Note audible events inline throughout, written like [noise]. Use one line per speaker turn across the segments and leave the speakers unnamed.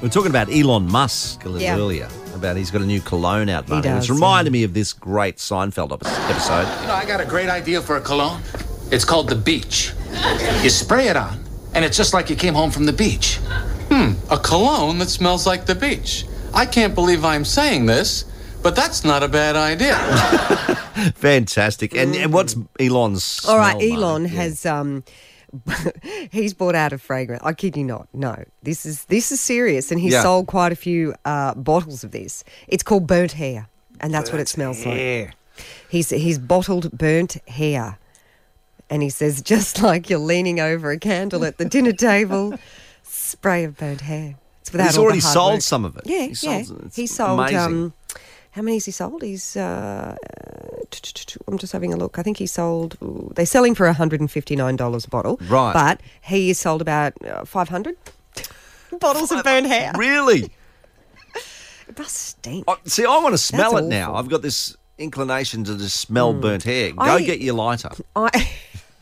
We are talking about Elon Musk a little
Yeah.
earlier. About he's got a new cologne out, Marty,
does,
which reminded me of this great Seinfeld epi- episode.
I got a great idea for a cologne. It's called the beach. You spray it on, and it's just like you came home from the beach.
Hmm, A cologne that smells like the beach. I can't believe I'm saying this, but that's not a bad idea.
Fantastic. And, and what's Elon's?
All right,
smell, Marty?
Elon
Yeah.
has um, [laughs] he's brought out a fragrance. I kid you not. No, this is this is serious, and he
Yeah.
sold quite a few uh, bottles of this. It's called burnt hair, and that's what it smells like. He's he's bottled burnt hair, and he says [laughs] just like you're leaning over a candle at the dinner table, spray of burnt hair. It's without
He's
all the
already
hard
sold
work.
some of it.
Yeah,
He
yeah.
sold- it's
he sold.
amazing.
Um, how many has he sold? He's. Uh, t- t- t- t- I'm just having a look. I think he sold. ooh, They're selling for 159 dollars a bottle.
Right.
But he has sold about uh, 500 bottles of burnt hair. [laughs]
Really?
It must stink.
I, see, I want to smell
That's
it now.
awful. Hmm.
I've got this inclination to just smell burnt hair. Go
I-
get your lighter.
I [laughs]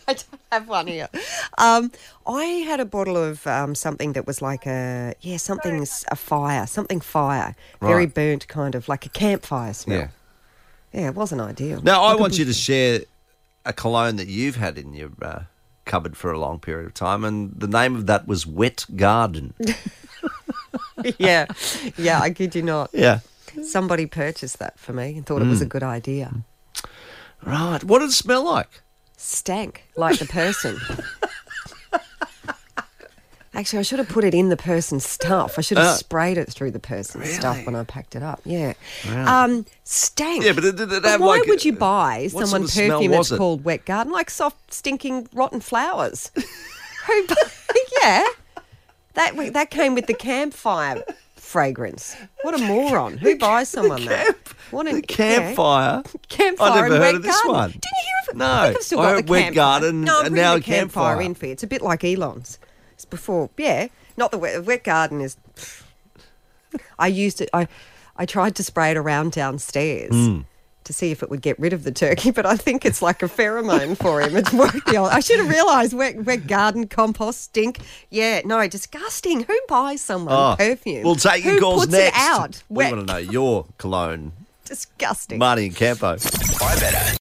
I don't have one here. Um, I had a bottle of um, something that was like a yeah something s- a fire something fire very
Right.
burnt kind of like a campfire smell.
Yeah.
Yeah, it wasn't ideal.
Now, I
Like a
want you to
bush-
share a cologne that you've had in your uh, cupboard for a long period of time, and the name of that was Wet Garden.
[laughs] yeah, yeah. I kid you not.
yeah.
Somebody purchased that for me and thought it
Mm.
was a good idea.
Right. What did it smell like?
Stank like the person. Actually, I should have put it in the person's stuff. I should have
Uh,
sprayed it through the person's
really?
stuff when I packed it up. Yeah. Um, stank.
Yeah, but it- it- it had
why
like- uh,
would you buy
what sort
someone
of smell
perfume
was
that's
it?
called Wet Garden? Like soft, stinking, rotten flowers. Who, bu- [laughs] yeah. That, w- that came with the campfire fragrance. What a moron. Who buys someone that? What an,
The
yeah.
campfire.
[laughs] Campfire
I never
and
heard
Wet
of this
Garden.
one.
Didn't you hear of it?
No.
I think I've still
I
got
heard
the
Wet
campfire.
Garden
No, I'm
and
bringing
now
the campfire,
campfire.
in for you. It's a bit like Elon's. It's before, yeah. Not the wet, wet garden is. I used it. I, I tried to spray it around downstairs.
Hmm.
To see if it would get rid of the turkey, but I think it's like a pheromone for him. It's worked. the old- I should have realised wet, wet garden compost stink. Yeah, no, disgusting. Who buys someone
Oh,
perfume?
We'll take your
Who
calls
puts
next.
It out.
We
Wet,
want to know your cologne.
disgusting.
Marty and Campo.